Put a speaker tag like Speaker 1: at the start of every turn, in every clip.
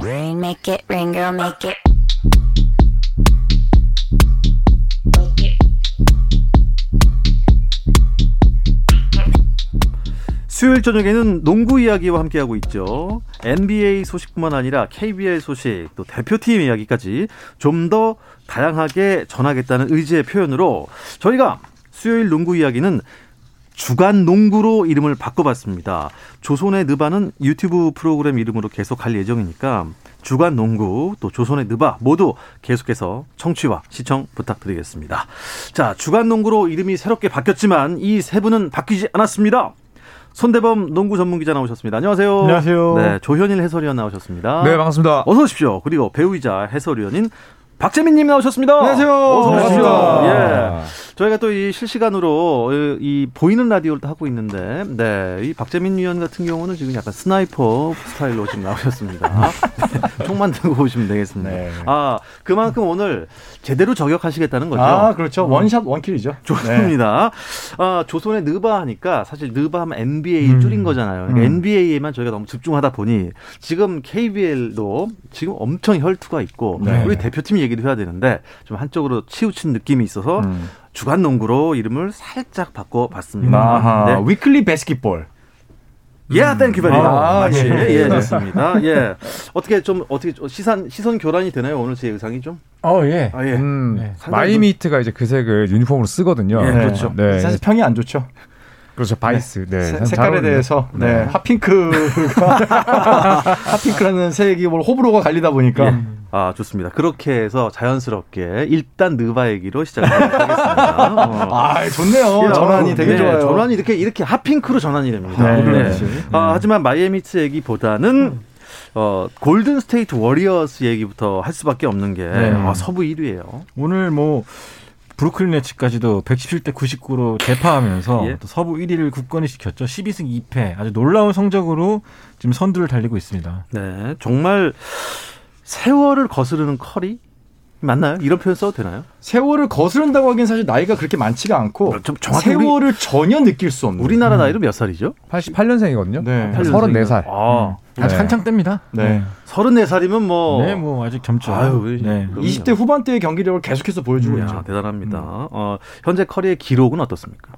Speaker 1: ring, make it ring, girl, make it.
Speaker 2: 수요일 저녁에는 농구 이야기와 함께하고 있죠. NBA 소식뿐만 아니라 KBL 소식, 또 대표팀 이야기까지 좀 더 다양하게 전하겠다는 의지의 표현으로 저희가 수요일 농구 이야기는 주간 농구로 이름을 바꿔봤습니다. 조선의 느바는 유튜브 프로그램 이름으로 계속 할 예정이니까 주간 농구 또 조선의 느바 모두 계속해서 청취와 시청 부탁드리겠습니다. 자, 주간 농구로 이름이 새롭게 바뀌었지만 이 세 분은 바뀌지 않았습니다. 손대범 농구 전문 기자 나오셨습니다. 안녕하세요.
Speaker 3: 안녕하세요.
Speaker 2: 네, 조현일 해설위원 나오셨습니다.
Speaker 4: 네, 반갑습니다.
Speaker 2: 어서 오십시오. 그리고 배우이자 해설위원인 박재민님 나오셨습니다.
Speaker 4: 안녕하세요.
Speaker 2: 어서 오십시오.
Speaker 4: 반갑습니다.
Speaker 2: 예. 저희가 또 이 실시간으로 이, 이 보이는 라디오를 또 하고 있는데, 네, 이 박재민 위원 같은 경우는 지금 약간 스나이퍼 스타일로 지금 나오셨습니다. 네, 총만 들고 오시면 되겠습니다.
Speaker 3: 네.
Speaker 2: 아, 그만큼 오늘 제대로 저격하시겠다는 거죠.
Speaker 3: 아, 그렇죠. 원샷 원킬이죠. 네.
Speaker 2: 좋습니다. 아, 조선의 느바 하니까 사실 느바 하면 NBA
Speaker 3: 음.
Speaker 2: 줄인 거잖아요. 그러니까 NBA에만 저희가 너무 집중하다 보니 지금 KBL도 지금 엄청 혈투가 있고
Speaker 3: 네.
Speaker 2: 우리 대표팀 얘기도 해야 되는데 좀 한쪽으로 치우친 느낌이 있어서
Speaker 3: 음.
Speaker 2: 주간 농구로 이름을 살짝 바꿔봤습니다.
Speaker 3: 아하.
Speaker 2: 네.
Speaker 3: 위클리 배스킷볼.
Speaker 2: 예, 땡큐 베리.
Speaker 3: 아,
Speaker 2: 마치.
Speaker 3: 예.
Speaker 2: 예, 좋습니다. 예. 어떻게 좀, 어떻게 좀 시선, 시선 교란이 되나요? 오늘 제 의상이 좀?
Speaker 3: 어, 예.
Speaker 2: 아, 예.
Speaker 4: 음,
Speaker 3: 네.
Speaker 4: 마이미트가 이제 그 색을 유니폼으로 쓰거든요.
Speaker 2: 예,
Speaker 3: 네.
Speaker 2: 그렇죠.
Speaker 4: 네.
Speaker 3: 사실 평이 안 좋죠.
Speaker 4: 그렇죠. 바이스. 네.
Speaker 3: 세-
Speaker 4: 참
Speaker 3: 색깔에
Speaker 4: 잘 어울리네요.
Speaker 3: 대해서 네. 핫핑크가 핫핑크라는 색이 뭘 호불호가 갈리다 보니까
Speaker 2: 아, 좋습니다. 그렇게 해서 자연스럽게 일단 느바 얘기로 시작하도록 하겠습니다. 어.
Speaker 3: 아 좋네요. 전환이 되게
Speaker 2: 네,
Speaker 3: 좋아요.
Speaker 2: 전환이 이렇게 이렇게 핫핑크로 전환이 됩니다.
Speaker 3: 네,
Speaker 2: 네.
Speaker 3: 그렇지.
Speaker 2: 아, 하지만 마이애미츠 얘기보다는 어, 골든 스테이트 워리어스 얘기부터 할 수밖에 없는 게 아, 서부 1위예요.
Speaker 5: 오늘 뭐 브루클린 네츠까지도 117대 99로 대파하면서
Speaker 2: 예.
Speaker 5: 또 서부 1위를 굳건히 지켰죠. 12승 2패 아주 놀라운 성적으로 지금 선두를 달리고 있습니다.
Speaker 2: 네, 정말 세월을 거스르는 커리 맞나요? 이런 표현 써도 되나요?
Speaker 3: 세월을 거스른다고 하기엔 사실 나이가 그렇게 많지가 않고
Speaker 2: 어, 좀 그렇죠. 정확히 우리-
Speaker 3: 세월을 전혀 느낄 수 없는.
Speaker 2: 우리나라 나이로 몇 살이죠?
Speaker 4: 88년생이거든요.
Speaker 3: 네.
Speaker 4: 34살.
Speaker 2: 아,
Speaker 4: 아직
Speaker 3: 네.
Speaker 4: 한창 때입니다.
Speaker 3: 네.
Speaker 2: 34살이면
Speaker 4: 어.
Speaker 2: 뭐
Speaker 5: 네, 뭐 아직 젊죠.
Speaker 2: 아유,
Speaker 5: 네.
Speaker 2: 그럼요.
Speaker 3: 20대 후반대의 경기력을 계속해서 보여주고
Speaker 2: 이야,
Speaker 3: 있죠.
Speaker 2: 대단합니다. 어, 현재 커리의 기록은 어떻습니까?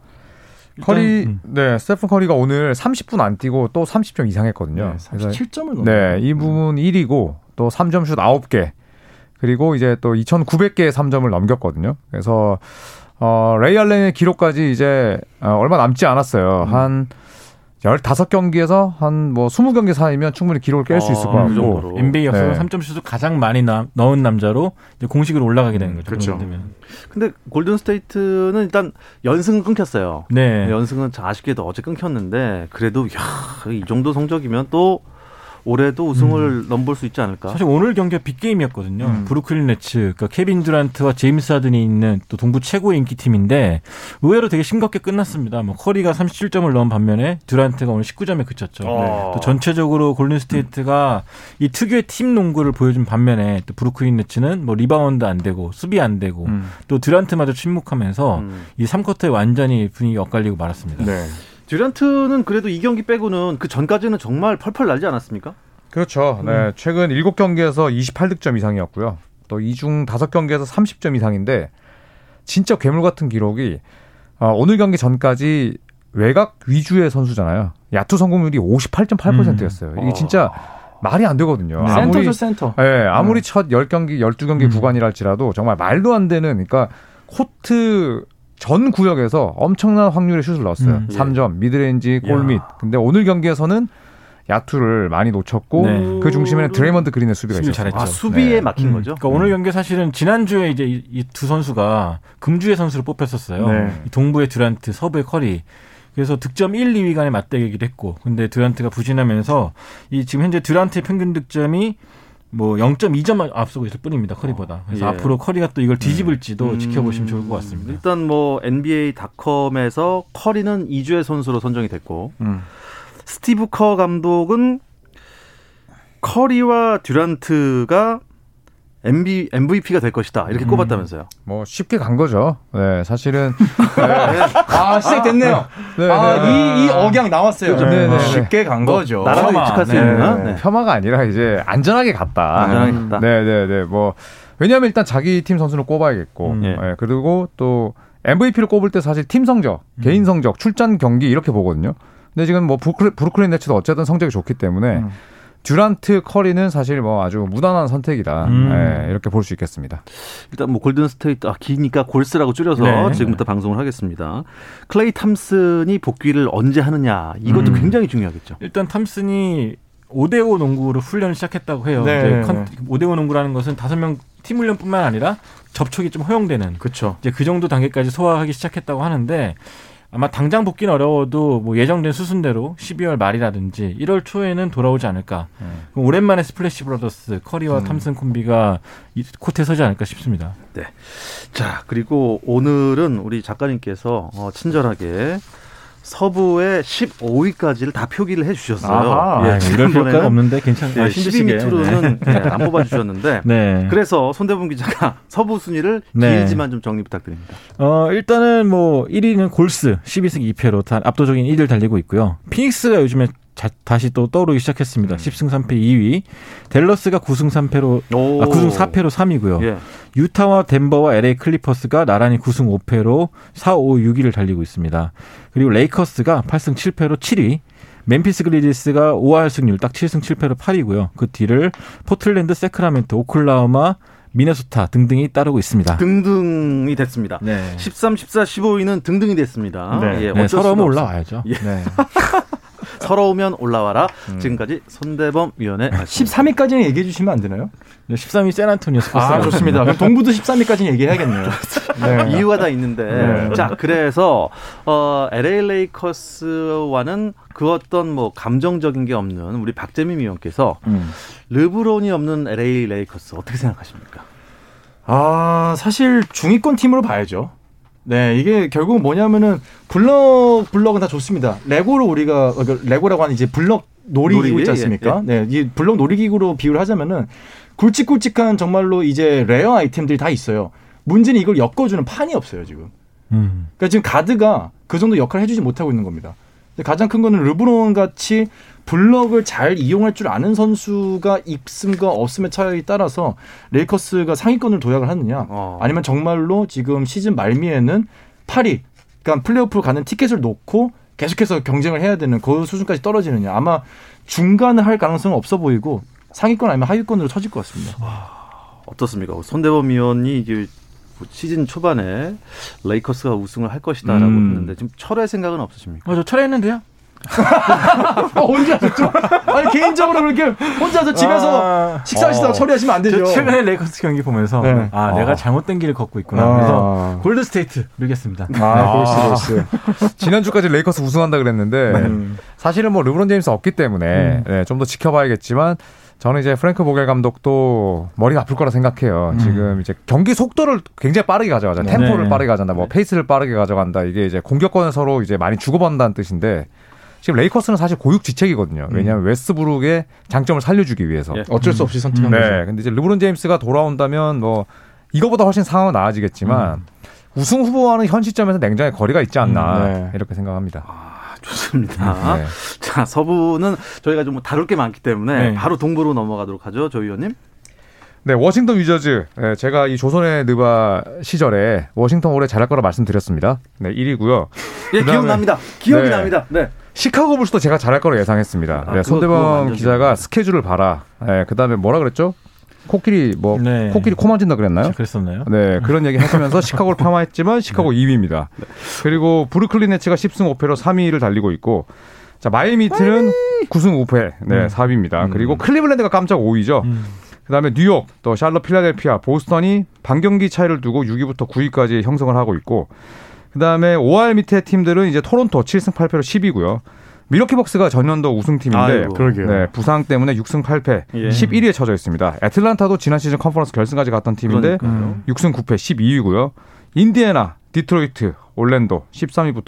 Speaker 4: 커리,
Speaker 5: 일단, 음.
Speaker 4: 네, 스테픈 커리가 오늘 30분 안 뛰고 또 30점 이상 했거든요.
Speaker 3: 네,
Speaker 4: 그래서
Speaker 3: 37점을 넘.
Speaker 4: 네, 이
Speaker 2: 음.
Speaker 4: 부분 1위고 또 3점 슛 9개. 그리고 이제 또 2,900개의 3점을 넘겼거든요. 그래서 어, 레이 알렌의 기록까지 이제 어, 얼마 남지 않았어요.
Speaker 2: 음.
Speaker 4: 한 15경기에서 한 뭐 20경기 사이면 충분히 기록을 깰 수 있을 것
Speaker 2: 아, 그
Speaker 4: 같고.
Speaker 2: 정도로.
Speaker 5: NBA 역사상
Speaker 4: 네.
Speaker 5: 3점 슛을 가장 많이 나- 넣은 남자로 이제 공식으로 올라가게 되는 거죠.
Speaker 3: 그렇죠.
Speaker 5: 그렇게 되면.
Speaker 2: 근데 골든 스테이트는 일단 연승은 끊겼어요.
Speaker 5: 네.
Speaker 2: 연승은 참 아쉽게도 어제 끊겼는데 그래도 야, 이 정도 성적이면 또 올해도 우승을 넘볼 수 있지 않을까?
Speaker 5: 음. 사실 오늘 경기가 빅게임이었거든요. 브루클린 네츠, 그러니까 케빈 듀란트와 제임스 하든이 있는 또 동부 최고의 인기팀인데 의외로 되게 싱겁게 끝났습니다. 뭐 커리가 37점을 넣은 반면에 듀란트가 오늘 19점에 그쳤죠.
Speaker 2: 어.
Speaker 5: 네, 또 전체적으로 골든스테이트가 이 특유의 팀 농구를 보여준 반면에 또 브루클린 네츠는 뭐 리바운드 안 되고 수비 안 되고
Speaker 4: 음.
Speaker 5: 또 듀란트마저 침묵하면서
Speaker 2: 음.
Speaker 5: 이 3쿼터에 완전히 분위기 엇갈리고 말았습니다.
Speaker 3: 네.
Speaker 2: 듀란트는 그래도 이 경기 빼고는 그 전까지는 정말 펄펄 날지 않았습니까?
Speaker 3: 음.
Speaker 4: 그렇죠. 네, 최근 7경기에서 28득점 이상이었고요. 또 2중 5경기에서 30점 이상인데 진짜 괴물 같은 기록이 어, 오늘 경기 전까지 외곽 위주의 선수잖아요. 야투 성공률이 58.8%였어요. 이게 진짜 말이 안 되거든요.
Speaker 3: 음. 센터죠 센터.
Speaker 4: 예, 아무리 첫 10경기, 12경기 구간이랄지라도 정말 말도 안 되는 그러니까 코트 전 구역에서 엄청난 확률의 슛을 넣었어요.
Speaker 5: 음.
Speaker 2: 예.
Speaker 4: 삼 3점, 미드레인지, 골밑. 근데 오늘 경기에서는 야투를 많이 놓쳤고
Speaker 5: 네.
Speaker 4: 그 중심에는 드레이먼드 그린의 수비가
Speaker 5: 수비를
Speaker 4: 있었어요.
Speaker 5: 잘했죠.
Speaker 2: 아 수비에
Speaker 4: 네.
Speaker 2: 막힌 거죠. 음.
Speaker 5: 그러니까 오늘 경기 사실은 지난주에 이제 이 두 선수가 금주의 선수로 뽑혔었어요.
Speaker 3: 네.
Speaker 5: 이 동부의 듀란트, 서부의 커리. 그래서 득점 1, 2위 간의 맞대결이기도 했고, 근데 듀란트가 부진하면서 이 지금 현재 듀란트의 평균 득점이 뭐 0.2점 앞서고 있을 뿐입니다 커리보다. 그래서
Speaker 2: 예.
Speaker 5: 앞으로 커리가 또 이걸 뒤집을지도
Speaker 2: 음.
Speaker 5: 지켜보시면 좋을 것 같습니다.
Speaker 2: 일단 뭐 NBA.com에서 커리는 2주의 선수로 선정이 됐고
Speaker 4: 음.
Speaker 2: 스티브 커 감독은 커리와 듀란트가 MB, MVP가 될 것이다
Speaker 5: 음.
Speaker 2: 이렇게 꼽았다면서요.
Speaker 4: 뭐 쉽게 간 거죠. 네, 사실은
Speaker 3: 아 시작됐네요.
Speaker 4: 네,
Speaker 3: 아
Speaker 4: 네.
Speaker 3: 이 이 억양 나왔어요.
Speaker 4: 그렇죠. 네, 네, 네.
Speaker 3: 쉽게 간 거죠.
Speaker 2: 나라도
Speaker 5: 폄하,
Speaker 2: 익숙할 수
Speaker 5: 네. 아,
Speaker 2: 있나? 네.
Speaker 4: 폄하가 아니라 이제 안전하게 갔다.
Speaker 2: 안전하게
Speaker 5: 음.
Speaker 2: 갔다.
Speaker 4: 네, 네, 네. 뭐 왜냐하면 일단 자기 팀 선수를 꼽아야겠고,
Speaker 5: 음,
Speaker 2: 예.
Speaker 4: 예, 그리고 또 MVP를 꼽을 때 사실 팀 성적,
Speaker 5: 음.
Speaker 4: 개인 성적, 출전 경기 이렇게 보거든요. 근데 지금 뭐 브루클린, 브루클린 네츠도 어쨌든 성적이 좋기 때문에
Speaker 5: 음.
Speaker 4: 듀란트 커리는 사실 뭐 아주 무난한 선택이다.
Speaker 5: 음.
Speaker 4: 예, 이렇게 볼 수 있겠습니다.
Speaker 2: 일단 뭐 골든 스테이트 아 기니까 골스라고 줄여서
Speaker 5: 네.
Speaker 2: 지금부터 방송을 하겠습니다. 클레이 탐슨이 복귀를 언제 하느냐 이것도
Speaker 5: 음.
Speaker 2: 굉장히 중요하겠죠.
Speaker 5: 일단 탐슨이 5대5 농구로 훈련을 시작했다고 해요.
Speaker 3: 네,
Speaker 5: 이제
Speaker 3: 네,
Speaker 5: 컨- 5대5 농구라는 것은 다섯 명 팀 훈련뿐만 아니라 접촉이 좀 허용되는
Speaker 3: 그렇죠.
Speaker 5: 이제 그 정도 단계까지 소화하기 시작했다고 하는데 아마 당장 복귀는 어려워도 뭐 예정된 수순대로 12월 말이라든지 1월 초에는 돌아오지 않을까. 그럼 오랜만에 스플래시 브라더스 커리와 탐슨 콤비가 이 코트에 서지 않을까 싶습니다.
Speaker 2: 자 그리고 오늘은 우리 작가님께서 어, 친절하게 서부의 15위까지를 다 표기를 해주셨어요.
Speaker 3: 아하.
Speaker 2: 예, 지난번에는
Speaker 5: 없는데 괜찮아요.
Speaker 2: 예, 12 밑으로는 예, 안 뽑아주셨는데
Speaker 5: 네.
Speaker 2: 그래서 손대범 기자가 서부 순위를
Speaker 5: 네.
Speaker 2: 길지만 좀 정리 부탁드립니다.
Speaker 5: 어, 일단은 뭐 1위는 골스 12승 2패로 단 압도적인 1위를 달리고 있고요. 피닉스가 요즘에 자- 다시 또 떠오르기
Speaker 2: 음.
Speaker 5: 시작했습니다. 10승 3패 2위. 댈러스가 9승 3패로
Speaker 2: 오.
Speaker 5: 아, 9승 4패로 3위고요.
Speaker 2: 예.
Speaker 5: 유타와 덴버와 LA 클리퍼스가 나란히 9승 5패로 4, 5, 6위를 달리고 있습니다. 그리고 레이커스가 8승 7패로 7위. 멤피스 그리디스가 5할 승률 딱 7승 7패로 8위고요. 그 뒤를 포틀랜드, 세크라멘토, 오클라호마, 미네소타 등등이 따르고 있습니다.
Speaker 2: 등등이 됐습니다.
Speaker 5: 네.
Speaker 2: 13, 14, 15위는 등등이 됐습니다.
Speaker 5: 네.
Speaker 2: 예,
Speaker 5: 네,
Speaker 2: 어쩔 수가
Speaker 5: 서러움은
Speaker 2: 없어요.
Speaker 5: 올라와야죠.
Speaker 4: 네.
Speaker 2: 서러우면 올라와라.
Speaker 5: 음.
Speaker 2: 지금까지 손대범 위원의
Speaker 3: 13위까지는 얘기해 주시면 안 되나요?
Speaker 5: 네, 13위 샌안토니오 스퍼스.
Speaker 3: 아 좋습니다. 그럼 동부도 13위까지는 얘기해야겠네요. 네.
Speaker 2: 이유가 다 있는데
Speaker 3: 네.
Speaker 2: 자 그래서 어, LA 레이커스와는 그 어떤 뭐 감정적인 게 없는 우리 박재민 위원께서 르브론이 없는 LA 레이커스 어떻게 생각하십니까?
Speaker 3: 아, 사실 중위권 팀으로 봐야죠. 네, 이게 결국 뭐냐면은 블럭 블럭은 다 좋습니다. 레고로 우리가 어, 그 레고라고 하는 이제 블럭 놀이기구
Speaker 2: 놀이,
Speaker 3: 있지
Speaker 2: 예,
Speaker 3: 않습니까? 네, 이 블럭 놀이기구로 비유를 하자면은 굵직굵직한 정말로 이제 레어 아이템들이 다 있어요. 문제는 이걸 엮어주는 판이 없어요 지금.
Speaker 5: 음.
Speaker 3: 그러니까 지금 가드가 그 정도 역할을 해주지 못하고 있는 겁니다. 근데 가장 큰 거는 르브론 같이 블럭을 잘 이용할 줄 아는 선수가 있음과 없음의 차이에 따라서 레이커스가 상위권을 도약을 하느냐,
Speaker 2: 어.
Speaker 3: 아니면 정말로 지금 시즌 말미에는 8위, 그러니까 플레이오프로 가는 티켓을 놓고 계속해서 경쟁을 해야 되는 그 수준까지 떨어지느냐. 아마 중간을 할 가능성은 없어 보이고 상위권 아니면 하위권으로 처질 것 같습니다.
Speaker 2: 어떻습니까? 손대범 위원이 이제 뭐 시즌 초반에 레이커스가 우승을 할 것이다라고
Speaker 5: 음.
Speaker 2: 했는데 지금 철의 생각은 없으십니까?
Speaker 5: 어, 저 철회했는데요?
Speaker 3: 아, 혼자 좀 아니 개인적으로 그렇게 혼자서 집에서
Speaker 5: 아.
Speaker 3: 식사하시다가
Speaker 5: 어.
Speaker 3: 처리하시면 안 되죠.
Speaker 5: 저 최근에 레이커스 경기 보면서
Speaker 3: 네.
Speaker 5: 아,
Speaker 4: 어.
Speaker 5: 내가 잘못된 길을 걷고 있구나.
Speaker 3: 아.
Speaker 5: 그래서 골드 스테이트 밀겠습니다.
Speaker 3: 아, 그렇지, 그렇지.
Speaker 4: 지난주까지 레이커스 우승한다 그랬는데
Speaker 5: 네.
Speaker 3: 음.
Speaker 4: 사실은 뭐 르브론 제임스 없기 때문에 네, 좀 더 지켜봐야겠지만 저는 이제 프랭크 보겔 감독도 머리가 아플 거라 생각해요. 지금 이제 경기 속도를 굉장히 빠르게 가져가자.
Speaker 5: 네.
Speaker 4: 템포를
Speaker 5: 네.
Speaker 4: 빠르게 가져간다. 뭐 페이스를 빠르게 가져간다. 이게 이제 공격권을 서로 이제 많이 주고받는다는 뜻인데 지금 레이커스는 사실 고육지책이거든요. 왜냐하면 웨스브룩의 장점을 살려주기 위해서.
Speaker 2: 예.
Speaker 3: 어쩔 수 없이 선택한
Speaker 4: 네. 근데 이제 르브론 제임스가 돌아온다면 뭐 이거보다 훨씬 상황은 나아지겠지만 우승 후보와는 현 시점에서 냉정의 거리가 있지 않나
Speaker 3: 음, 네.
Speaker 4: 이렇게 생각합니다.
Speaker 2: 아, 좋습니다.
Speaker 4: 네.
Speaker 2: 자, 서부는 저희가 좀 다룰 게 많기 때문에
Speaker 5: 네.
Speaker 2: 바로 동부로 넘어가도록 하죠, 조 위원님.
Speaker 4: 네, 워싱턴 위저즈. 네, 제가 이 조선의 느바 시절에 워싱턴 올해 잘할 거라 말씀드렸습니다. 네, 1위고요.
Speaker 2: 예,
Speaker 4: 그다음에-
Speaker 2: 기억납니다. 기억이
Speaker 4: 네.
Speaker 2: 납니다. 네.
Speaker 4: 시카고 불스도 제가 잘할 거로 예상했습니다.
Speaker 2: 아, 그거-
Speaker 4: 네,
Speaker 2: 그거
Speaker 4: 손대범
Speaker 2: 완전
Speaker 4: 기자가
Speaker 2: 기억나요.
Speaker 4: 스케줄을 봐라. 네, 그다음에 뭐라 그랬죠? 코끼리 뭐
Speaker 5: 네.
Speaker 4: 코끼리 코 만진다 그랬나요?
Speaker 5: 진짜 그랬었나요?
Speaker 4: 네, 그런 얘기 하시면서 시카고를 폄하했지만
Speaker 2: 네.
Speaker 4: 시카고 2위입니다. 그리고 브루클린 네츠가 10승 5패로 3위를 달리고 있고 자, 마이애미 히트는 9승 5패. 네,
Speaker 2: 음.
Speaker 4: 4위입니다. 그리고 클리블랜드가 깜짝 5위죠. 그다음에 뉴욕, 또 샬럿 필라델피아, 보스턴이 반경기 차이를 두고 6위부터 9위까지 형성을 하고 있고 그다음에 5할 밑에 팀들은 이제 토론토 7승 8패로 10위고요. 밀워키 벅스가 전년도 우승팀인데
Speaker 2: 아이고.
Speaker 3: 그러게요.
Speaker 4: 네, 부상 때문에 6승 8패,
Speaker 2: 예.
Speaker 4: 11위에 처져 있습니다. 애틀란타도 지난 시즌 컨퍼런스 결승까지 갔던 팀인데
Speaker 2: 그러니까요.
Speaker 4: 음. 6승 9패 12위고요. 인디애나, 디트로이트, 올랜도 13위부터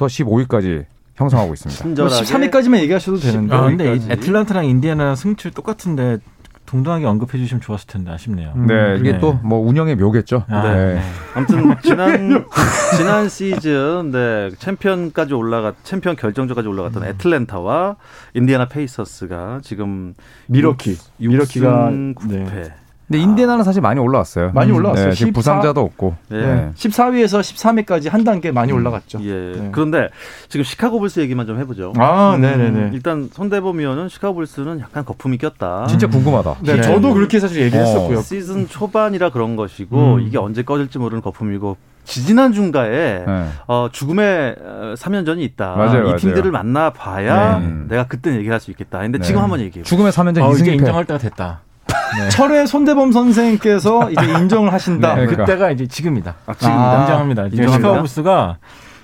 Speaker 4: 15위까지 형성하고 있습니다.
Speaker 2: 친절하게.
Speaker 3: 13위까지만 얘기하셔도 뭐 되는데.
Speaker 5: 아, 근데 이
Speaker 2: 여기까지.
Speaker 5: 애틀란타랑 인디애나 승출 똑같은데 동등하게 언급해 주시면 좋았을 텐데 아쉽네요.
Speaker 4: 네, 이게
Speaker 5: 네.
Speaker 4: 또 뭐 운영의 묘겠죠.
Speaker 5: 아,
Speaker 4: 네.
Speaker 5: 네.
Speaker 2: 아무튼 뭐 지난 지난 시즌 네 챔피언까지 올라가 챔피언 결정전까지 올라갔던 애틀랜타와 인디애나 페이서스가 지금
Speaker 3: 미러키. 미러키가
Speaker 2: 9패.
Speaker 3: 네.
Speaker 4: 근데 인디애나는 사실 많이 올라왔어요.
Speaker 3: 많이 올라왔어요.
Speaker 4: 네, 지금
Speaker 3: 14
Speaker 4: 부상자도 없고.
Speaker 2: 네.
Speaker 4: 네.
Speaker 3: 14위에서 13위까지 한 단계 많이 올라갔죠.
Speaker 2: 예.
Speaker 3: 네.
Speaker 2: 그런데 지금 시카고 불스 얘기만 좀 해보죠.
Speaker 3: 아,
Speaker 2: 음,
Speaker 3: 네네네.
Speaker 2: 일단 손대범 위원은 시카고 불스는 약간 거품이 꼈다.
Speaker 4: 진짜 궁금하다.
Speaker 3: 네,
Speaker 5: 네.
Speaker 3: 저도 그렇게 사실 얘기를
Speaker 4: 어.
Speaker 3: 했었고요.
Speaker 2: 시즌 초반이라 그런 것이고
Speaker 5: 음.
Speaker 2: 이게 언제 꺼질지 모르는 거품이고 지지난 중가에
Speaker 4: 네.
Speaker 2: 어, 죽음의 어, 3년 전이 있다.
Speaker 4: 맞아요,
Speaker 2: 이
Speaker 4: 맞아요.
Speaker 2: 팀들을 만나 봐야
Speaker 4: 네.
Speaker 2: 내가 그때 얘기할 수 있겠다. 근데
Speaker 4: 네.
Speaker 2: 지금 한번 얘기해. 요
Speaker 4: 죽음의 3연전
Speaker 5: 어, 이제
Speaker 4: 2승 1패.
Speaker 5: 인정할 때가 됐다.
Speaker 3: 철의 손대범 선생께서 이제 인정을 하신다.
Speaker 4: 네. 그러니까.
Speaker 5: 그때가 이제 지금이다.
Speaker 3: 아,
Speaker 5: 아,
Speaker 3: 지금이다.
Speaker 5: 인정합니다. 지금
Speaker 2: 인정합니다.
Speaker 5: 시카고부스가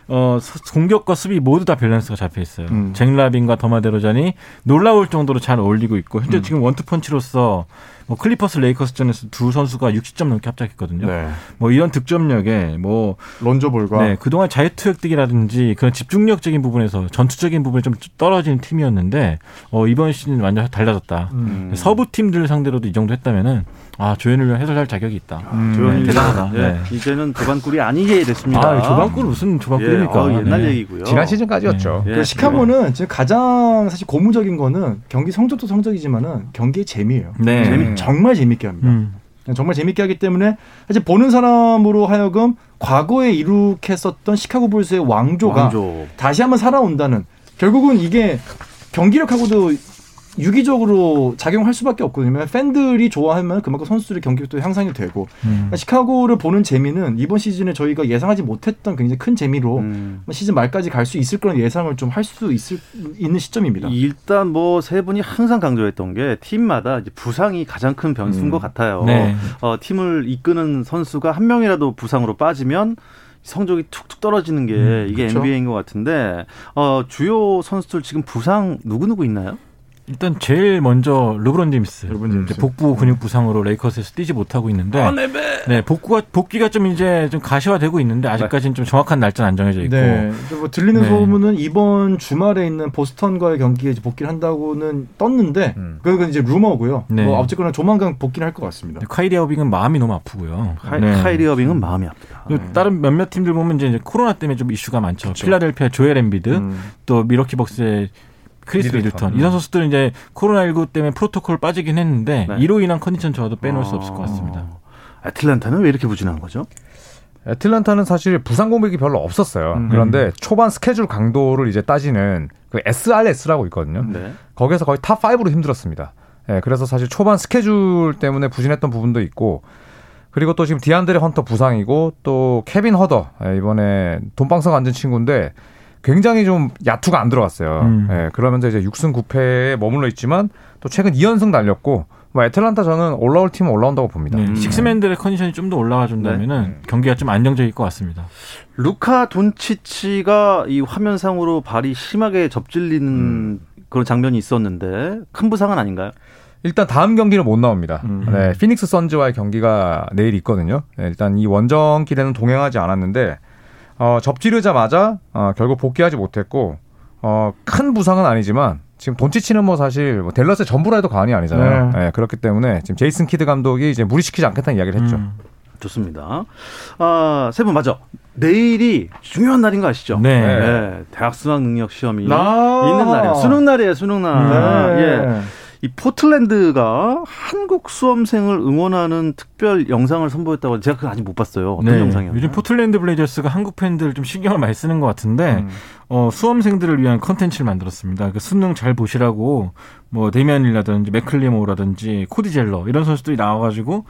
Speaker 5: 어, 서- 공격과 수비 모두 다 밸런스가 잡혀 있어요.
Speaker 3: 음.
Speaker 5: 잭라빈과 더마데로잔이 놀라울 정도로 잘 어울리고 있고
Speaker 3: 음.
Speaker 5: 현재 지금 원투펀치로서 뭐 클리퍼스 레이커스전에서 두 선수가 60점 넘게 합작했거든요.
Speaker 3: 네.
Speaker 5: 뭐 이런 득점력에 뭐
Speaker 3: 그 론조볼과
Speaker 5: 네, 그동안 자유투 획득이라든지 그런 집중력적인 부분에서 전투적인 부분이 좀 떨어지는 팀이었는데 어, 이번 시즌 완전 달라졌다. 서부 팀들 상대로도 이 정도 했다면은 아 조현일 해설할 자격이 있다.
Speaker 4: 음,
Speaker 2: 조용히 예,
Speaker 5: 네, 대단하다. 네.
Speaker 2: 이제는 조반꿀이 아니게 됐습니다.
Speaker 5: 아, 조반골 무슨
Speaker 2: 예,
Speaker 5: 조반골입니까?
Speaker 2: 아, 옛날
Speaker 5: 네.
Speaker 2: 얘기고요.
Speaker 4: 지난 시즌까지였죠.
Speaker 2: 예,
Speaker 3: 그 시카고는 지금 가장 사실 고무적인 거는 경기 성적도 성적이지만은 경기의 재미예요.
Speaker 5: 네.
Speaker 3: 재미 정말 재밌게 합니다.
Speaker 5: 음.
Speaker 3: 정말 재밌게 하기 때문에 사실 보는 사람으로 하여금 과거에 이룩했었던 시카고 불스의 왕조가
Speaker 2: 왕조.
Speaker 3: 다시 한번 살아온다는 결국은 이게 경기력하고도 유기적으로 작용할 수밖에 없거든요. 팬들이 좋아하면 그만큼 선수들의 경기력도 향상이 되고 그러니까
Speaker 5: 음.
Speaker 3: 시카고를 보는 재미는 이번 시즌에 저희가 예상하지 못했던 굉장히 큰 재미로
Speaker 2: 음.
Speaker 3: 시즌 말까지 갈 수 있을 거란 예상을 좀 할 수 있을 있는 시점입니다.
Speaker 2: 일단 뭐 세 분이 항상 강조했던 게 팀마다 이제 부상이 가장 큰 변수인
Speaker 3: 음.
Speaker 2: 것 같아요.
Speaker 5: 네.
Speaker 2: 어, 팀을 이끄는 선수가 한 명이라도 부상으로 빠지면 성적이 툭툭 떨어지는 게
Speaker 5: 음,
Speaker 2: 이게
Speaker 5: 그렇죠.
Speaker 3: 그쵸.
Speaker 2: NBA인 것 같은데 어, 주요 선수들 지금 부상 누구 누구 있나요?
Speaker 5: 일단 제일 먼저 르브론 제임스.
Speaker 3: 여러분 지금
Speaker 5: 이제 복부 근육 부상으로 레이커스에서 뛰지 못하고 있는데 네, 복구가 복귀가 좀 이제 좀 가시화되고 있는데 아직까지는 좀 정확한 날짜는 안 정해져 있고.
Speaker 3: 네. 이제 뭐 들리는
Speaker 5: 네.
Speaker 3: 소문은 이번 주말에 있는 보스턴과의 경기에 이제 복귀를 한다고는 떴는데
Speaker 4: 음.
Speaker 3: 그건 이제 루머고요.
Speaker 5: 네.
Speaker 3: 뭐 어쨌거나 조만간 복귀를 할 것 같습니다.
Speaker 5: 근데 카이리 어빙은 마음이 너무 아프고요.
Speaker 2: 카이,
Speaker 5: 네.
Speaker 2: 카이리 어빙은 마음이 아프다. 네.
Speaker 5: 그리고 다른 몇몇 팀들 보면 이제, 이제 코로나 때문에 좀 이슈가 많죠. 필라델피아 조엘 엠비드,
Speaker 3: 음.
Speaker 5: 또 미러키 벅스의 크리스
Speaker 4: 미들턴.
Speaker 5: 미들턴
Speaker 2: 음.
Speaker 5: 이런 선수들은 이제 코로나19 때문에 프로토콜 빠지긴 했는데
Speaker 2: 네. 아.
Speaker 5: 이로 인한 컨디션 저하도 빼놓을 수 없을 것 같습니다.
Speaker 2: 어, 애틀란타는 왜 이렇게 부진한 거죠?
Speaker 4: 애틀란타는 사실 부상 공백이 별로 없었어요.
Speaker 3: 음.
Speaker 4: 그런데 초반 스케줄 강도를 이제 따지는 그 SRS라고 있거든요.
Speaker 5: 음.
Speaker 2: 네.
Speaker 4: 거기에서 거의 탑 5로 힘들었습니다. 예, 그래서 사실 초반 스케줄 때문에 부진했던 부분도 있고 그리고 또 지금 디안드레 헌터 부상이고 또 케빈 허더 예, 이번에 돈방석 앉은 친구인데 굉장히 좀 야투가 안 들어갔어요.
Speaker 5: 음.
Speaker 4: 예, 그러면서 이제 6승 9패에 머물러 있지만 또 최근 2연승 날렸고 뭐 애틀란타 저는 올라올 팀은 올라온다고 봅니다.
Speaker 5: 네,
Speaker 2: 음.
Speaker 5: 식스맨들의 컨디션이 좀 더 올라와 준다면은
Speaker 2: 네.
Speaker 5: 경기가 좀 안정적일 것 같습니다.
Speaker 2: 루카 돈치치가 이 화면상으로 발이 심하게 접질리는
Speaker 5: 음.
Speaker 2: 그런 장면이 있었는데 큰 부상은 아닌가요?
Speaker 4: 일단 다음 경기는 못 나옵니다.
Speaker 5: 음.
Speaker 4: 네, 피닉스 선즈와의 경기가 내일 있거든요. 네, 일단 이 원정 길에는 동행하지 않았는데 어, 접지르자마자 어, 결국 복귀하지 못했고 어, 큰 부상은 아니지만 지금 돈치치는 뭐 사실 뭐 댈러스의 전부라 해도 과언이 아니잖아요. 네, 그렇기 때문에 지금 제이슨 키드 감독이 이제 무리시키지 않겠다는 이야기를 했죠.
Speaker 5: 음.
Speaker 2: 좋습니다. 아, 세 분 맞아. 내일이 중요한 날인 거 아시죠?
Speaker 5: 네.
Speaker 2: 대학 수학 능력 시험이
Speaker 3: 아.
Speaker 2: 있는 날이에요. 수능 날이에요, 수능 날. 예.
Speaker 3: 네.
Speaker 2: 이 포틀랜드가 한국 수험생을 응원하는 특별 영상을 선보였다고 제가 그거 아직 못 봤어요. 어떤
Speaker 5: 네,
Speaker 2: 영상이요?
Speaker 5: 요즘 포틀랜드 블레이저스가 한국 팬들 좀 신경을 많이 쓰는 것 같은데
Speaker 2: 네.
Speaker 3: 네.
Speaker 5: 어, 수험생들을 위한 컨텐츠를 만들었습니다. 그 수능 잘 보시라고 뭐 데미안이라든지 맥클리모라든지 코디젤러 이런 선수들이 나와가지고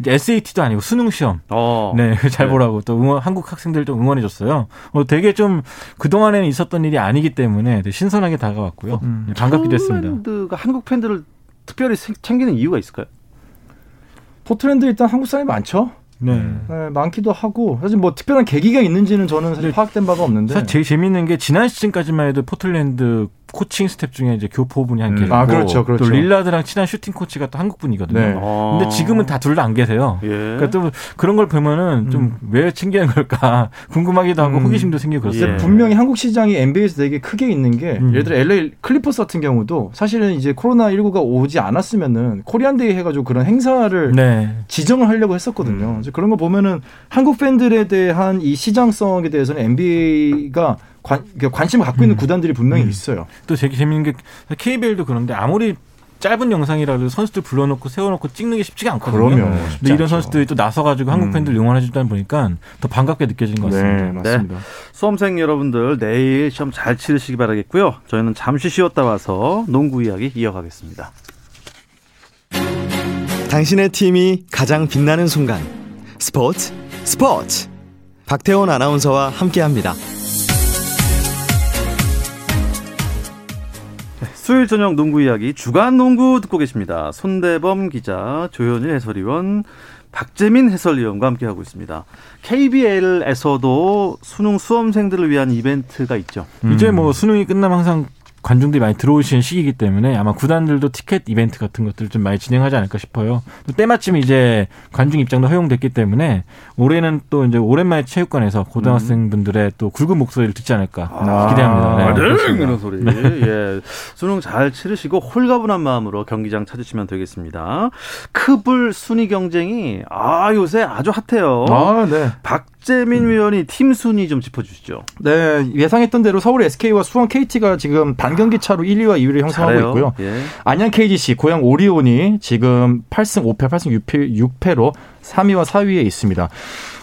Speaker 5: 이제 SAT도 아니고 수능 시험
Speaker 2: 어.
Speaker 5: 네, 잘
Speaker 2: 네.
Speaker 5: 보라고 또 응원, 한국 학생들 좀 응원해 줬어요. 어, 되게 좀 그동안에는 있었던 일이 아니기 때문에 되게 신선하게 다가왔고요.
Speaker 3: 음.
Speaker 5: 네, 반갑기도 했습니다.
Speaker 2: 포틀랜드가 한국 팬들을 특별히 생- 챙기는 이유가 있을까요?
Speaker 3: 포트랜드 일단 한국 사람이 많죠.
Speaker 5: 네.
Speaker 4: 음.
Speaker 3: 네, 많기도 하고 사실 뭐 특별한 계기가 있는지는 저는 사실
Speaker 5: 네.
Speaker 3: 파악된 바가 없는데.
Speaker 5: 사실 제일 재밌는 게 지난 시즌까지만 해도 포틀랜드 코칭 스텝 중에 이제 교포분이 한
Speaker 4: 음.
Speaker 5: 개.
Speaker 3: 아 그렇죠, 그렇죠.
Speaker 5: 뭐 또 릴라드랑 친한 슈팅 코치가 또 한국 분이거든요.
Speaker 3: 네.
Speaker 2: 아.
Speaker 5: 근데 지금은 다 둘 다 안 계세요.
Speaker 2: 예.
Speaker 5: 그러니까 또 그런 걸 보면은 좀 왜 챙기는 걸까 궁금하기도 하고
Speaker 3: 음.
Speaker 5: 호기심도 생기고 그렇습니다.
Speaker 2: 예.
Speaker 3: 분명히 한국 시장이 NBA에서 되게 크게 있는 게
Speaker 5: 네. 음.
Speaker 3: 예를 들어 LA 클리퍼스 같은 경우도 사실은 이제 코로나 19가 오지 않았으면은 코리안 데이 해가지고 그런 행사를
Speaker 5: 네.
Speaker 3: 지정을 하려고 했었거든요. 이제 그런 거 보면은 한국 팬들에 대한 이 시장성에 대해서는 NBA가 관, 그러니까 관심을 갖고 있는 구단들이 분명히
Speaker 5: 음.
Speaker 3: 있어요.
Speaker 5: 또 되게 재밌는 게 KBL도 그런데 아무리 짧은 영상이라도 선수들 불러놓고 세워놓고 찍는 게 쉽지가 않거든요. 근데 이런 선수들이 또 나서가지고 한국
Speaker 4: 음.
Speaker 5: 팬들 응원해 주다 보니까 더 반갑게 느껴지는 것 같습니다.
Speaker 3: 네, 맞습니다.
Speaker 2: 수험생 여러분들 내일 시험 잘 치르시기 바라겠고요. 저희는 잠시 쉬었다 와서 농구 이야기 이어가겠습니다.
Speaker 6: 네. 당신의 팀이 가장 빛나는 순간 스포츠 스포츠 박태원 아나운서와 함께합니다.
Speaker 2: 수요일 저녁 농구 이야기 주간 농구 듣고 계십니다. 손대범 기자, 조현일 해설위원, 박재민 해설위원과 함께하고 있습니다. KBL에서도 수능 수험생들을 위한 이벤트가 있죠.
Speaker 5: 이제 뭐 수능이 끝나면 항상 관중들이 많이 들어오시는 시기이기 때문에 아마 구단들도 티켓 이벤트 같은 것들을 좀 많이 진행하지 않을까 싶어요. 또 때마침 이제 관중 입장도 허용됐기 때문에 올해는 또 이제 오랜만에 체육관에서 고등학생분들의 또 굵은 목소리를 듣지 않을까
Speaker 2: 아.
Speaker 5: 기대합니다. 네.
Speaker 2: 네, 이런 소리. 예. 수능 잘 치르시고 홀가분한 마음으로 경기장 찾으시면 되겠습니다. 크불 순위 경쟁이 아 요새 아주 핫해요.
Speaker 3: 아, 네.
Speaker 5: 음.
Speaker 2: 박재민 위원이 팀 순위 좀 짚어주시죠.
Speaker 3: 네, 예상했던 대로 서울 SK와 수원 KT가 지금 반경기 차로 1위와 2위를 형성하고
Speaker 2: 잘해요.
Speaker 3: 있고요.
Speaker 2: 예.
Speaker 3: 안양 KGC, 고양 오리온이 지금 8승 5패, 8승 6패, 6패로 3위와 4위에 있습니다.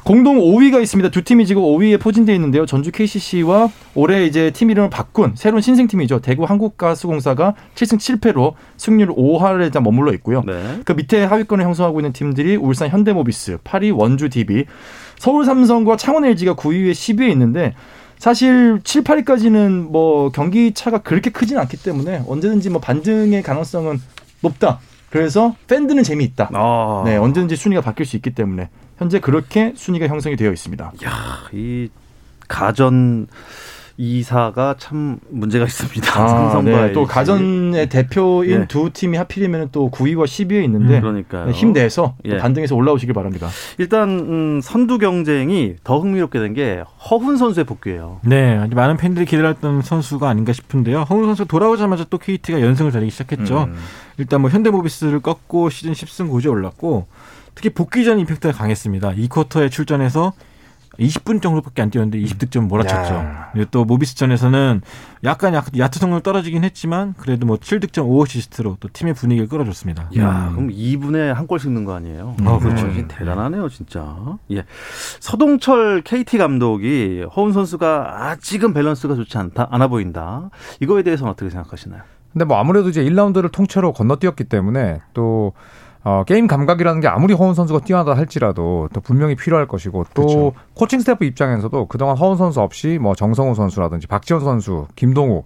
Speaker 3: 공동 5위가 있습니다. 두 팀이 지금 5위에 포진되어 있는데요. 전주 KCC와 올해 이제 팀 이름을 바꾼 새로운 신생팀이죠. 대구 한국가스공사가 7승 7패로 승률 5할에 일단 머물러
Speaker 5: 어.
Speaker 3: 있고요.
Speaker 2: 네.
Speaker 3: 그 밑에 하위권을 형성하고 있는 팀들이 울산 현대모비스, 파리 원주 DB, 서울 삼성과 창원 LG가 9위에 10위에 있는데 사실 7, 8위까지는 뭐 경기 차가 그렇게 크진 않기 때문에 언제든지 뭐 반등의 가능성은 높다. 그래서 팬들은 재미있다.
Speaker 2: 아,
Speaker 3: 네, 언제든지 순위가 바뀔 수 있기 때문에 현재 그렇게 순위가 형성이 되어 있습니다.
Speaker 2: 이 가전 이사가 참 문제가 있습니다.
Speaker 3: 아,
Speaker 2: 삼성과
Speaker 3: 네, 또
Speaker 2: LG.
Speaker 3: 가전의 대표인
Speaker 2: 네. 음,
Speaker 3: 두 팀이 하필이면 또 9위와 10위에 있는데
Speaker 2: 그러니까요.
Speaker 3: 네, 힘내서 또
Speaker 2: 예.
Speaker 3: 반등해서 올라오시길 바랍니다.
Speaker 2: 일단 음, 선두 경쟁이 더 흥미롭게 된 게 허훈 선수의 복귀예요.
Speaker 5: 네, 아주 많은 팬들이 기다렸던 선수가 아닌가 싶은데요. 허훈 선수 돌아오자마자 또 KT가 연승을 달리기 시작했죠. 일단 뭐 현대모비스를 꺾고 시즌 10승 고지에 올랐고 특히 복귀 전 임팩트가 강했습니다. 2쿼터에 출전해서 20분 정도밖에 안 뛰었는데 20득점 몰아쳤죠.
Speaker 3: 야.
Speaker 5: 그리고 또 모비스전에서는 약간 약- 야투 성능 떨어지긴 했지만 그래도 뭐 7득점 5어시스트로 또 팀의 분위기를 끌어줬습니다.
Speaker 2: 야, 그럼 2분에 한 골씩 넣는 거 아니에요?
Speaker 5: 아, 그렇죠.
Speaker 2: 어, 이게 대단하네요, 진짜. 예. 서동철 KT 감독이 허훈 선수가 아, 지금 밸런스가 좋지 않다, 않아 보인다. 이거에 대해서는 어떻게 생각하시나요?
Speaker 4: 근데 뭐 아무래도 이제 1라운드를 통째로 건너뛰었기 때문에 또 어, 게임 감각이라는 게 아무리 허훈 선수가 뛰어나다 할지라도 또 분명히 필요할 것이고 또
Speaker 3: 그쵸.
Speaker 4: 코칭 스태프 입장에서도 그동안 허훈 선수 없이 뭐 정성호 선수라든지 박지원 선수, 김동욱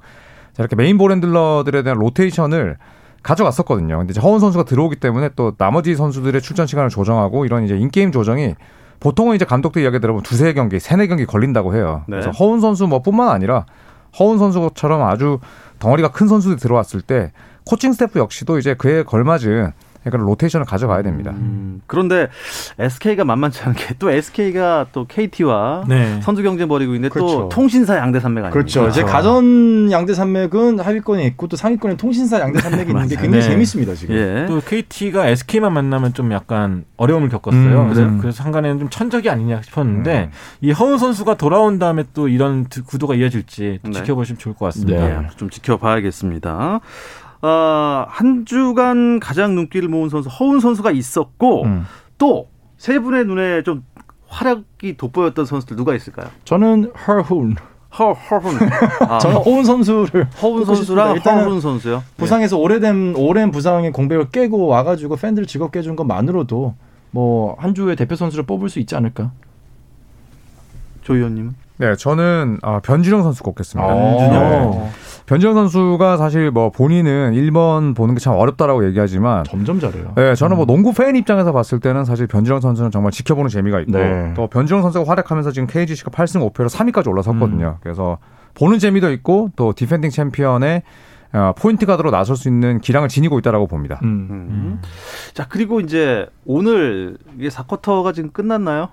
Speaker 4: 자, 이렇게 메인 볼핸들러들에 대한 로테이션을 가져갔었거든요. 근데 이제 허훈 선수가 들어오기 때문에 또 나머지 선수들의 출전 시간을 조정하고 이런 이제 인게임 조정이 보통은 이제 감독들 이야기 들어보면 두세 경기, 세네 경기 걸린다고 해요.
Speaker 2: 네.
Speaker 4: 그래서 허훈 선수 뭐 뿐만 아니라 허훈 선수처럼 아주 덩어리가 큰 선수들이 들어왔을 때 코칭 스태프 역시도 이제 그에 걸맞은 그런 로테이션을 가져가야 됩니다.
Speaker 2: 음, 그런데 SK가 만만치 않은 게 또 SK가 또 KT와
Speaker 5: 네.
Speaker 2: 선두 경쟁 벌이고 있는데 또
Speaker 3: 그렇죠.
Speaker 2: 통신사 양대 산맥 아니까
Speaker 3: 그렇죠. 이제 가전 양대 산맥은 하위권에 있고 또 상위권에 통신사 양대 산맥이 있는 게 굉장히
Speaker 5: 네.
Speaker 3: 재밌습니다 지금.
Speaker 2: 예.
Speaker 5: 또 KT가 SK만 만나면 좀 약간 어려움을 겪었어요.
Speaker 4: 음,
Speaker 5: 그래서,
Speaker 4: 그래요?
Speaker 5: 그래서 한간에는 좀 천적이 아니냐 싶었는데 이 허훈 선수가 돌아온 다음에 또 이런 두- 구도가 이어질지 또
Speaker 2: 네.
Speaker 5: 지켜보시면 좋을 것 같습니다.
Speaker 2: 예, 좀 지켜봐야겠습니다. 아, 한 주간 가장 눈길을 모은 선수 허훈 선수가 있었고
Speaker 4: 음.
Speaker 2: 또 세 분의 눈에 좀 활약이 돋보였던 선수들 누가 있을까요?
Speaker 3: 저는 허훈.
Speaker 2: 허 허훈. 아,
Speaker 3: 저는
Speaker 2: 허,
Speaker 3: 허훈 선수를
Speaker 2: 허훈
Speaker 3: 뽑고 싶습니다.
Speaker 2: 선수랑
Speaker 3: 일단은
Speaker 2: 허훈 선수요.
Speaker 3: 부상에서 오래된 오랜 부상의 공백을 깨고 와가지고 팬들을 즐겁게 해준 것만으로도 뭐 한 주의 대표 선수를 뽑을 수 있지 않을까.
Speaker 2: 예, 조 의원님은
Speaker 4: 네, 저는 아, 변준영 선수 꼽겠습니다.
Speaker 2: 변준영.
Speaker 5: 어,
Speaker 4: 네. 변지현 선수가 사실 뭐 본인은 1번 보는 게 참 어렵다라고 얘기하지만
Speaker 3: 점점 잘해요. 음.
Speaker 4: 예, 저는 뭐 농구 팬 입장에서 봤을 때는 사실 변지영 선수는 정말 지켜보는 재미가 있고
Speaker 3: 네.
Speaker 4: 또 변지영 선수가 활약하면서 지금 KGC가 8승 5패로 3위까지 올라섰거든요.
Speaker 3: 음.
Speaker 4: 그래서 보는 재미도 있고 또 디펜딩 챔피언의 어, 포인트 가드로 나설 수 있는 기량을 지니고 있다라고 봅니다.
Speaker 3: 음.
Speaker 2: 음. 자 그리고 이제 오늘 이게 4쿼터가 지금 끝났나요?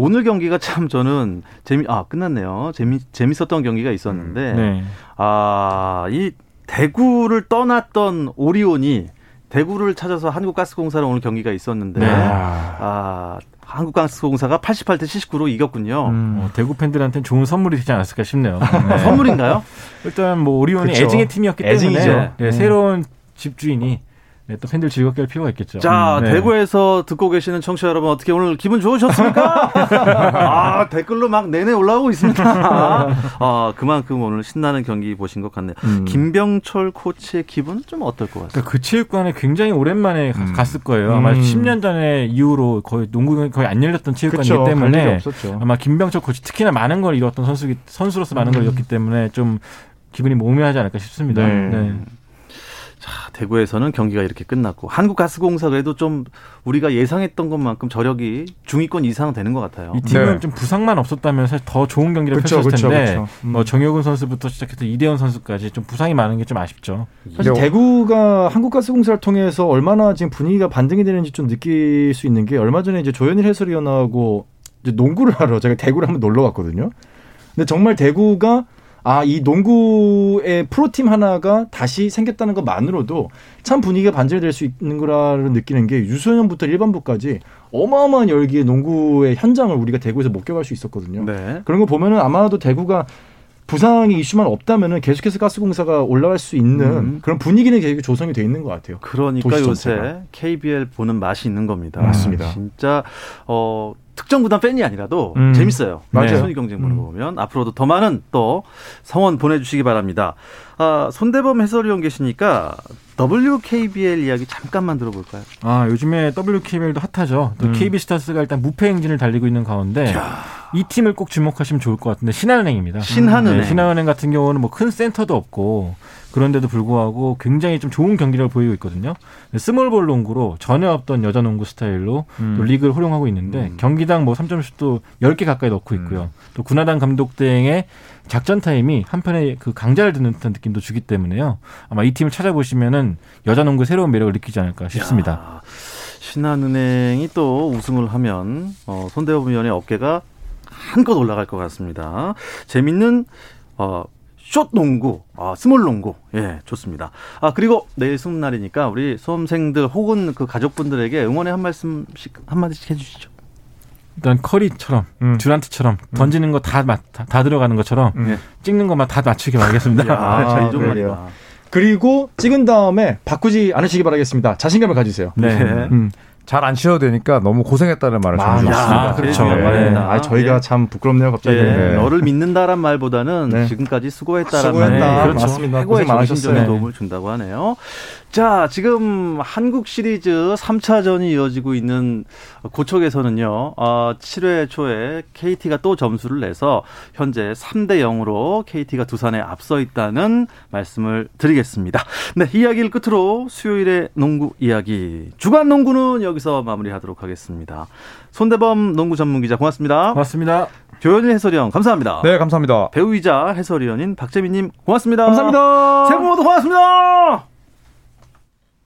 Speaker 2: 오늘 경기가 참 저는 재미 아 끝났네요. 재미 재밌었던 경기가 있었는데
Speaker 5: 네.
Speaker 2: 아이 대구를 떠났던 오리온이 대구를 찾아서 한국가스공사랑 오늘 경기가 있었는데
Speaker 5: 네.
Speaker 2: 아 한국가스공사가 88대 79로 이겼군요.
Speaker 5: 어, 대구 팬들한테는 좋은 선물이 되지 않았을까 싶네요.
Speaker 2: 아, 선물인가요?
Speaker 5: 일단 뭐 오리온이
Speaker 3: 그쵸.
Speaker 5: 애증의 팀이었기
Speaker 2: 애증이죠.
Speaker 5: 때문에 네,
Speaker 3: 음.
Speaker 5: 새로운 집주인이 네, 또 팬들 즐겁게 할 필요가 있겠죠.
Speaker 2: 자
Speaker 5: 음, 네.
Speaker 2: 대구에서 듣고 계시는 청취자 여러분 어떻게 오늘 기분 좋으셨습니까? 아 댓글로 막 내내 올라오고 있습니다. 아 그만큼 오늘 신나는 경기 보신 것 같네요.
Speaker 3: 음.
Speaker 2: 김병철 코치의 기분은 좀 어떨 것 같습니다.
Speaker 5: 그러니까 그 체육관에 굉장히 오랜만에 가-
Speaker 4: 음.
Speaker 5: 갔을 거예요. 아마
Speaker 3: 음.
Speaker 5: 10년 전에 이후로 거의 농구경이 거의 안 열렸던 체육관이기
Speaker 3: 그쵸. 갈 일이
Speaker 5: 때문에
Speaker 3: 없었죠.
Speaker 5: 아마 김병철 코치 특히나 많은 걸 잃었던 선수 선수로서 많은 걸 잃었기 때문에 좀 기분이 모호하지 않을까 싶습니다.
Speaker 3: 음. 네.
Speaker 2: 자, 대구에서는 경기가 이렇게 끝났고 한국가스공사 그래도 좀 우리가 예상했던 것만큼 저력이 중위권 이상 되는 것 같아요.
Speaker 5: 이 팀은
Speaker 4: 네.
Speaker 5: 좀 부상만 없었다면 사실 더 좋은 경기를
Speaker 3: 그쵸,
Speaker 5: 펼쳤을
Speaker 3: 그쵸,
Speaker 5: 텐데
Speaker 3: 그쵸. 음.
Speaker 5: 뭐 정효근 선수부터 시작해서 이대현 선수까지 좀 부상이 많은 게 좀 아쉽죠.
Speaker 3: 사실
Speaker 4: 근데
Speaker 3: 대구가 한국가스공사를 통해서 얼마나 지금 분위기가 반등이 되는지 좀 느낄 수 있는 게 얼마 전에 이제 조현일 해설위원하고 이제 농구를 하러 제가 대구를 한번 놀러 갔거든요. 근데 정말 대구가 아 이 농구의 프로팀 하나가 다시 생겼다는 것만으로도 참 분위기가 반전될 수 있는 거라를 느끼는 게 유소년부터 일반부까지 어마어마한 열기의 농구의 현장을 우리가 대구에서 목격할 수 있었거든요.
Speaker 2: 네.
Speaker 3: 그런 거 보면은 아마도 대구가 부상의 이슈만 없다면은 계속해서 가스공사가 올라갈 수 있는
Speaker 2: 음.
Speaker 3: 그런 분위기는 계속 조성이 돼 있는 것 같아요.
Speaker 2: 그러니까
Speaker 3: 도시
Speaker 2: 요새
Speaker 3: 전체가.
Speaker 2: KBL 보는 맛이 있는 겁니다.
Speaker 3: 맞습니다.
Speaker 2: 진짜 어 특정 구단 팬이 아니라도
Speaker 3: 음.
Speaker 2: 재밌어요.
Speaker 3: 맞아요. 음.
Speaker 2: 순위 경쟁 보는 거 보면 앞으로도 더 많은 또 성원 보내주시기 바랍니다. 아, 손대범 해설위원 계시니까 WKBL 이야기 잠깐만 들어볼까요?
Speaker 5: 아 요즘에 WKBL도 핫하죠.
Speaker 2: 음.
Speaker 5: 또 KB 스타스가 일단 무패 행진을 달리고 있는 가운데 이 팀을 꼭 주목하시면 좋을 것 같은데 신한은행입니다.
Speaker 2: 신한은행.
Speaker 5: 네, 신한은행 같은 경우는 뭐 큰 센터도 없고 그런데도 불구하고 굉장히 좀 좋은 경기를 보이고 있거든요. 네, 스몰볼 농구로 전혀 없던 여자 농구 스타일로
Speaker 2: 음.
Speaker 5: 또 리그를 호령하고 있는데 경기당 뭐 3점슛도 10개 가까이 넣고 있고요.
Speaker 2: 음.
Speaker 5: 또 구나단 감독 대행의 작전 타임이 한편의 그 강자를 듣는 듯한 느낌도 주기 때문에요. 아마 이 팀을 찾아보시면은 여자 농구 의 새로운 매력을 느끼지 않을까 싶습니다.
Speaker 2: 야, 신한은행이 또 우승을 하면 어, 손대범 위원의 어깨가 한껏 올라갈 것 같습니다. 재밌는 어, 숏 농구, 아, 스몰 농구, 예, 좋습니다. 아 그리고 내일 수능 날이니까 우리 수험생들 혹은 그 가족분들에게 응원의 한 말씀씩 한 마디씩 해주시죠.
Speaker 5: 일단 커리처럼
Speaker 4: 음.
Speaker 5: 듀란트처럼 말리는 거 다 다 들어가는 것처럼
Speaker 4: 음. 예.
Speaker 5: 찍는 것만 다 맞추게 말겠습니다.
Speaker 3: 아,
Speaker 2: 자, 이 정도면
Speaker 3: 그래요. 그리고 찍은 다음에 바꾸지 않으시기 바라겠습니다. 자신감을 가지세요.
Speaker 5: 네.
Speaker 2: 네.
Speaker 3: 음.
Speaker 4: 잘 안 치러도 되니까 너무 고생했다는 말을
Speaker 3: 아,
Speaker 4: 전해주고
Speaker 5: 야.
Speaker 4: 있습니다.
Speaker 5: 아, 그렇죠.
Speaker 2: 제일 중요한
Speaker 5: 네.
Speaker 2: 말입니다.
Speaker 3: 아, 저희가
Speaker 2: 예.
Speaker 3: 참 부끄럽네요, 갑자기.
Speaker 2: 예,
Speaker 4: 네.
Speaker 2: 너를 믿는다란 말보다는
Speaker 3: 네.
Speaker 2: 지금까지 수고했다란
Speaker 3: 수고했다.
Speaker 2: 말이
Speaker 5: 그렇죠.
Speaker 3: 맞습니다.
Speaker 2: 해고의
Speaker 3: 고생
Speaker 2: 정신적인
Speaker 3: 많으셨어요.
Speaker 2: 도움을 준다고 하네요. 자, 지금 한국 시리즈 3차전이 이어지고 있는 고척에서는요. 아, 7회 초에 KT가 또 점수를 내서 현재 3대 0으로 KT가 두산에 앞서 있다는 말씀을 드리겠습니다. 네, 이 이야기를 끝으로 수요일의 농구 이야기 주간 농구는 여기서 마무리하도록 하겠습니다. 손대범 농구 전문 기자 고맙습니다.
Speaker 5: 고맙습니다.
Speaker 2: 조현일 해설위원 감사합니다.
Speaker 4: 네, 감사합니다.
Speaker 2: 배우이자 해설위원인 박재민님 고맙습니다.
Speaker 3: 감사합니다.
Speaker 2: 새해 복 모두 고맙습니다.